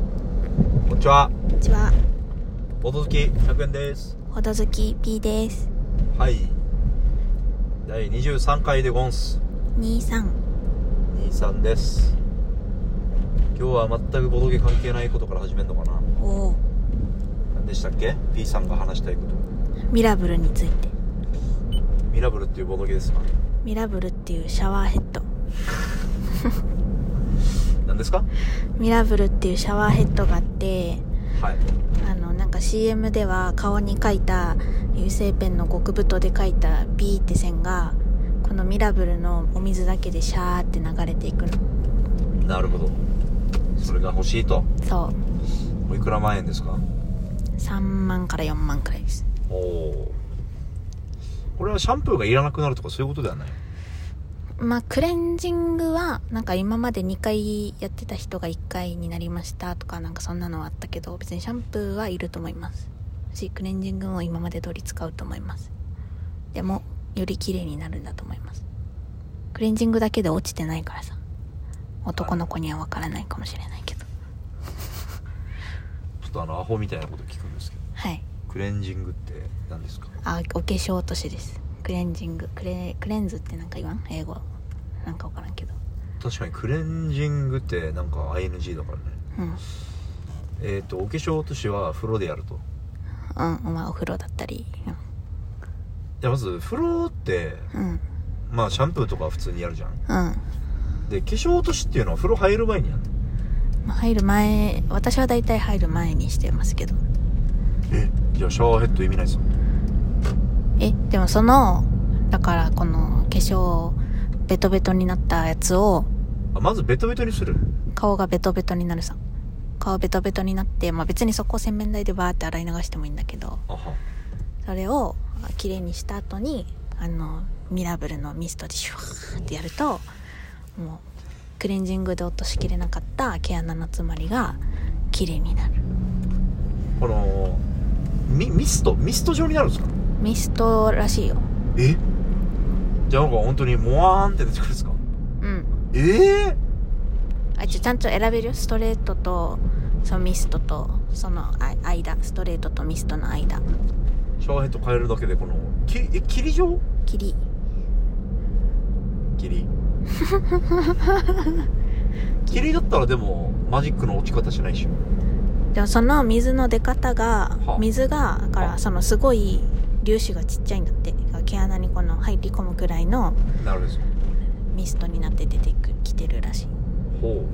んにちはこんにちは、ボト好き100円ですほどずき P です。はい第23回でゴンス二三。 23です今日は全くボトゲ関係ないことから始めるのかなおー何でしたっけ P さんが話したいことミラブルについて。ミラブルっていうボトゲですかミラブルっていうシャワーヘッド。何ですかミラブルっていうシャワーヘッドがあって、はいあの、なんか CM では顔に描いた油性ペンの極太で描いた B って線が、このミラブルのお水だけでシャーって流れていくの。なるほどそれが欲しいとそおいくら万円ですかう。3万から4万くらいです。おおこれはシャンプーがいらなくなるとかそういうことではないまあ、クレンジングは、なんか今まで2回やってた人が1回になりましたとか、なんかそんなのはあったけど、別にシャンプーはいると思います。し、クレンジングも今まで通り使うと思います。でも、より綺麗になるんだと思います。クレンジングだけで落ちてないからさ。男の子にはわからないかもしれないけど。ちょっとあのアホみたいなこと聞くんですけどはい。クレンジングって何ですかあ、お化粧落としです。クレンジング。クレ、クレンズってなんか言わん英語。なんかわからんけど。確かにクレンジングってなんか ING だからねうん。えっ、とお化粧落としは風呂でやるとうん。まあ、お風呂だったり。じゃあまず風呂ってうん。うんまあシャンプーとかは普通にやるじゃんうん。で化粧落としっていうのは風呂入る前にやるのまあ入る前、私は大体入る前にしてますけど。えじゃあシャワーヘッド意味ないですよえ、でもその、だからこの化粧、ベトベトになったやつを、あまずベトベトにする顔がベトベトになるさ。顔ベトベトになって、まあ別にそこを洗面台でバーって洗い流してもいいんだけど、あはそれをあ綺麗にした後に、あの、ミラブルのミストでシュワーってやると、もう、クレンジングで落としきれなかった毛穴の詰まりが綺麗になる。このミミストミスト状になるんですかミストらしいよ。えじゃあなんか本当にモワーンって出てくるんですかうん。ええあちょちゃんと選べるよストレートとそのミストとそのあ間ストレートとミストの間シャワーヘッド変えるだけでこのきえ霧状霧 霧霧だったらでもマジックの落ち方しないでしょでもその水の出方がはあ水がだかはあらそのすごい粒子がちっちゃいんだってだから毛穴にこの入り込むくらいのなるほどミストになって出てくきてるらしほ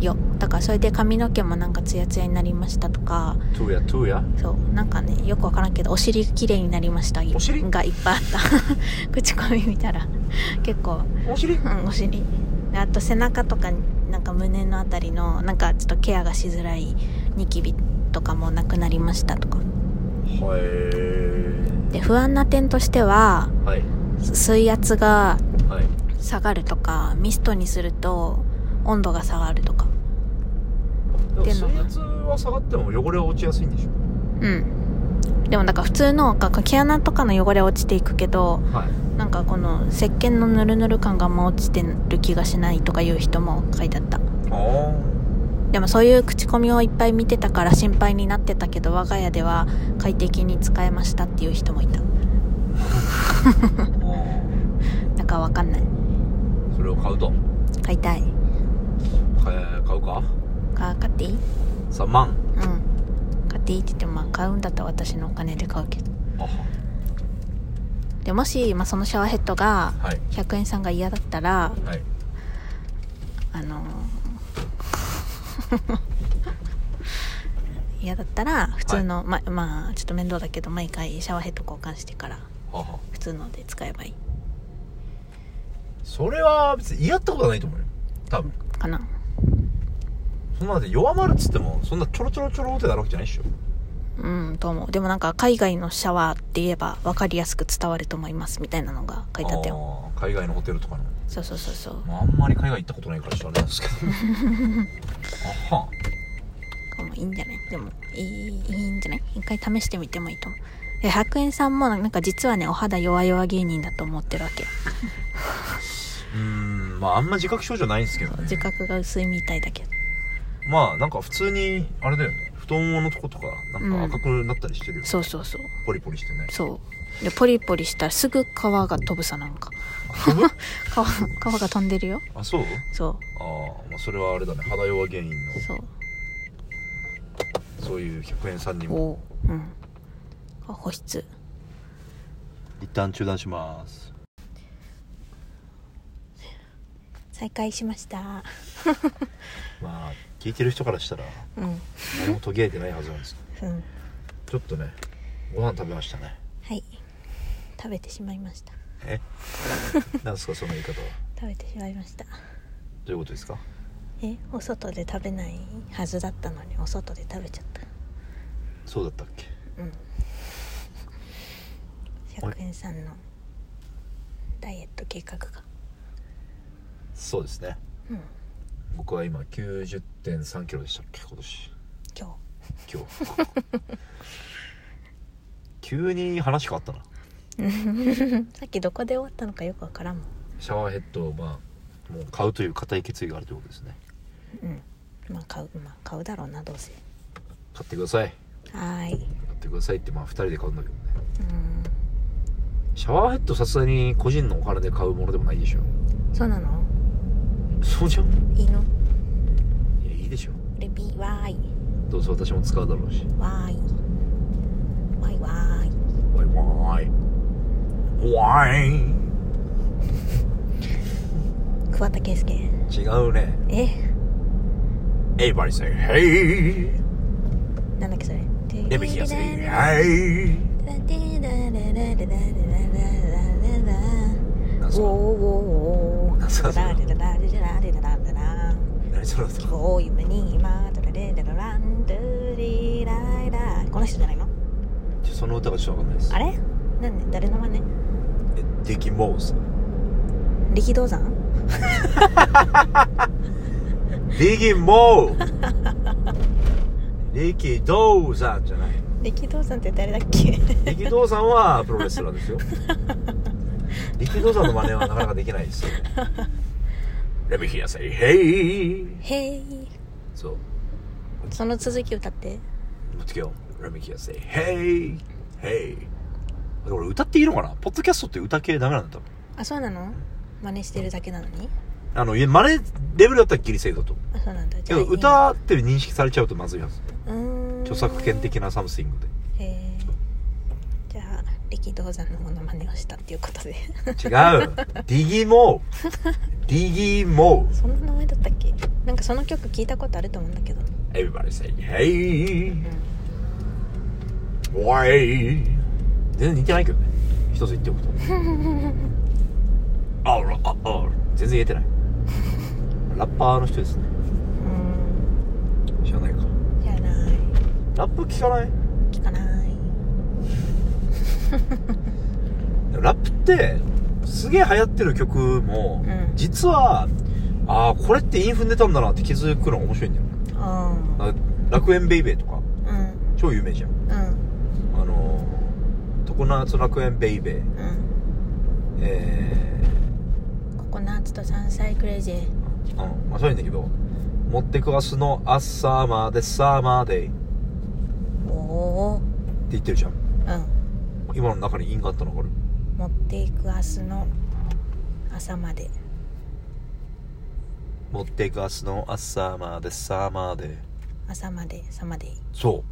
いよだからそれで髪の毛もなんかツヤツヤになりましたとかうトゥーヤトゥーヤそうなんかねよくわからんけどお尻綺麗になりましたお尻がいっぱいあった 口コミ見たら結構お尻うん、お尻であと背中とかなんか胸のあたりのなんかちょっとケアがしづらいニキビとかもなくなりましたとかはいで不安な点としてははい水圧がはい下がるとかミストにすると温度が下がるとかでもで水も圧は下がっても汚れは落ちやすいんでしょうんでもだから普通のか毛穴とかの汚れは落ちていくけどはいなんかこの石鹸のヌルヌル感がもう落ちてる気がしないとかいう人も書いてあったあでもそういう口コミをいっぱい見てたから心配になってたけど我が家では快適に使えましたっていう人もいたあーだからわかんないそれを買うと買いたい買え買うかか買っていい3万うん買っていいって言ってもまあ買うんだったら私のお金で買うけどあはでもし、まあ、そのシャワーヘッドがはい100円さんが嫌だったらはいあのー 嫌だったら普通の、ままあちょっと面倒だけど毎回シャワーヘッド交換してからはは普通ので使えばいいそれは別に嫌ったことはないと思うよ多分かなそんなで弱まるっつってもそんなちょろちょろちょろってなるわけじゃないっしょうん、と思う。でもなんか、海外のシャワーって言えば分かりやすく伝わると思います、みたいなのが書いてあったよ。あー海外のホテルとかのそうそうそうそう。まあ、あんまり海外行ったことないから知らない んですけどあはもういいんじゃないでも、いい、いいんじゃない一回試してみてもいいと思う。で、100円さんもなんか実はね、お肌弱々芸人だと思ってるわけ。うーんまああんま自覚症状ないんですけどね自覚が薄いみたいだけど。まあなんか普通にあれだよね太もものとことかなんか赤くなったりしてるよ、そうそうそうポリポリしてねそうでポリポリしたらすぐ皮が飛ぶさなんかあ飛 ぶ皮皮が飛んでるよあそうそああまあそれはあれだね肌弱原因のうそうそういう100円さんにもおーうんあ保湿一旦中断します再開しましたまあ聞いてる人からしたらうん何も途切れてないはずなんですうんちょっとねご飯食べましたねはい食べてしまいました えなんですかその言い方は食べてしまいましたどういうことですかえお外で食べないはずだったのにお外で食べちゃっそうだったっけたうんあ100れ円さんのダイエット計画がそうですねうん僕は今9 0 3キロでしたっけ今年今日今日 急に話変わったなさっきどこで終わったのかよくわからんもんシャワーヘッドをまあもう買うという固い決意があるということですねうんまあ買うまあ買うだろうなどうせ買ってくださいはーい買ってくださいってまあ2人で買うんだけどねうんシャワーヘッドさすがに個人のお金で買うものでもないでしょそうなのそうじゃんいいのいやいいでしょレビーわーいどうせ私も使うだろうしわーいわいわーいわいわーいわー桑田佳祐い違うねえエイバリー say hey なんだっけそれレビキア say hey なんおそのおおお何その歌こう夢に今ドラレララランドゥリライラこの人じゃないのちょその歌がちょっとわかんないですあれなんで誰の真似えデキモース力道山デキモー デキドーさんじゃない力道山って誰だっけ力道山はプロレスラーですよ力道山の真似はなかなかできないですよ Let me hear say hey へいそうその続き歌って持ってけよ Let me hear say hey hey 俺歌っていいのかなポッドキャストって歌系ダメなんだ多分あそうなの真似してるだけなのにあのいや真似レベルだったらギリセーフだと思うあそうなんだけど歌って認識されちゃうとまずいはずうん著作権的なサムスイングでへえじゃあ力道山のモノマネをしたっていうことで 違うディギモーディギモーそんな名前だったっけなんかその曲聞いたことあると思うんだけど Everybody say う hey ん Why? 全然似てないけどね一つ言って おくとあらああ全然言えてないラッパーの人ですねうん知らないかじゃないラップ聞かない聞かないでもラップってすげえ流行ってる曲も、うん実はああこれってインフ踏んでたんだなって気づくのが面白いんだよねああ楽園ベイベーとかーうん超有名じゃんうんあのー常夏楽園ベイベーうんえココナッツと山菜クレイジーー、あのまあそういうんだけど持ってく明日の朝までサーマーデイおおって言ってるじゃんうん今の中に因があったの分かる持っていく明日の朝まで持ってく明日の朝までさまで朝まで朝までそ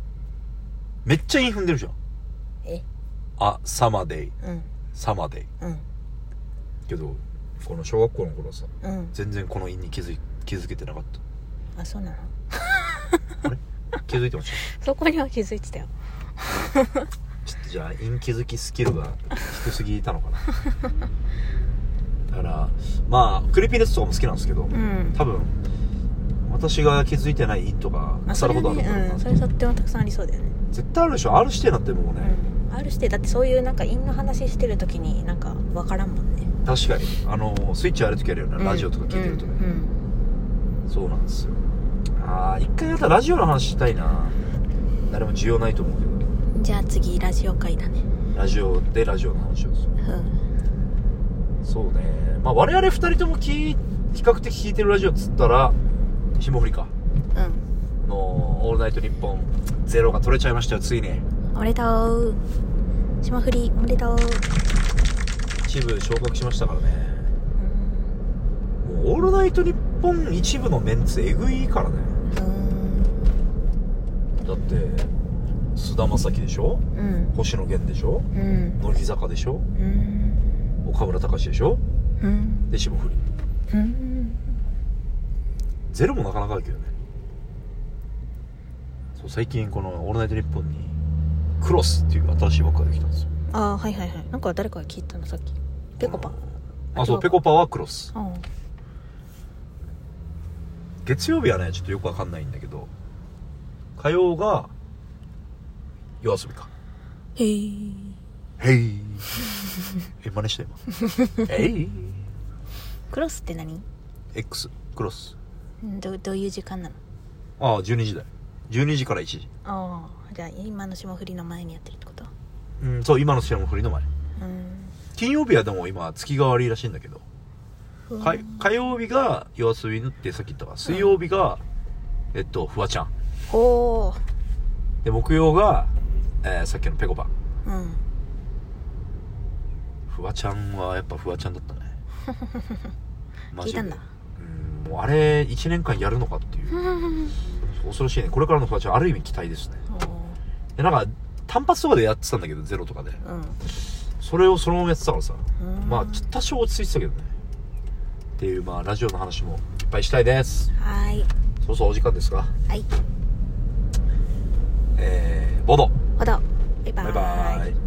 うめっちゃ韻踏んでるじゃんえあさまでうんさまでうんけどこの小学校の頃さうん全然この韻に気づい気づけてなかっあそうなのた気づいてましそこには気づいてたよたちょっとじゃあ韻気づきスキルが低すぎたのかなだからまあクリピーナッツとかも好きなんですけどうん多分私が気づいてない韻とかあ腐そるれほどあるねと思ううんんだそれとってもたくさんありそうだよね絶対あるでしょ R 指定なんてもうね、うん、R してだってそういうなんか陰の話してる時になんか分からんもんね、確かにあのスイッチある時あるよね、ラジオとか聞いてるとね、うんうんそうなんですよああ一回やったらラジオの話したいな誰も需要ないと思うけどねうんじゃあ次ラジオ会だねラジオでラジオの話をするうんそうねまあ我々二人とも聞い比較的聞いてるラジオっつったら霜降りかうんの「オールナイトニッポンゼロが取れちゃいましたよついにおめでとう霜降りおめでとう一部昇格しましたからねうんもう「オールナイトニッポン一部のメンツえぐいからねだって菅田将暉でしょうん星野源でしょうん乃木坂でしょうん岡村隆史でしょうんで霜降りうんゼロもなかなかだけどねそう最近この「オールナイトニッポン」にクロスっていう新しい枠ができたんですよああはいはいはいなんか誰かが聞いたのさっきペコパあそ違ううかペコパはクロスあ月曜日はねちょっとよくわかんないんだけど火曜が夜遊びかへえへい え真似した今へいクロスって何 X クロスんどどういう時間なのああ12時だよ12時から1時ああじゃあ今の霜降りの前にやってるってことうんそう今の試合も振りの前うん金曜日はでも今月替わりらしいんだけどふわ火火曜日が夜遊びぬってさっき言ったから水曜日が、えっとフワちゃんおおで木曜が、えーさっきのぺこぱうんフワちゃんはやっぱフワちゃん だったねマ聞いジでたんだうんもうあれ1年間やるのかっていう恐ろしいねこれからのフワちゃんある意味期待ですねおーでなんか単発とかでやってたんだけどゼロとかでうそれをそのままやってたからさんまあちょっと多少落ち着いてたけどねっていうまあラジオの話もいっぱいしたいですはーいそろそろお時間ですがはいえー、ボードほどバイババイバーイ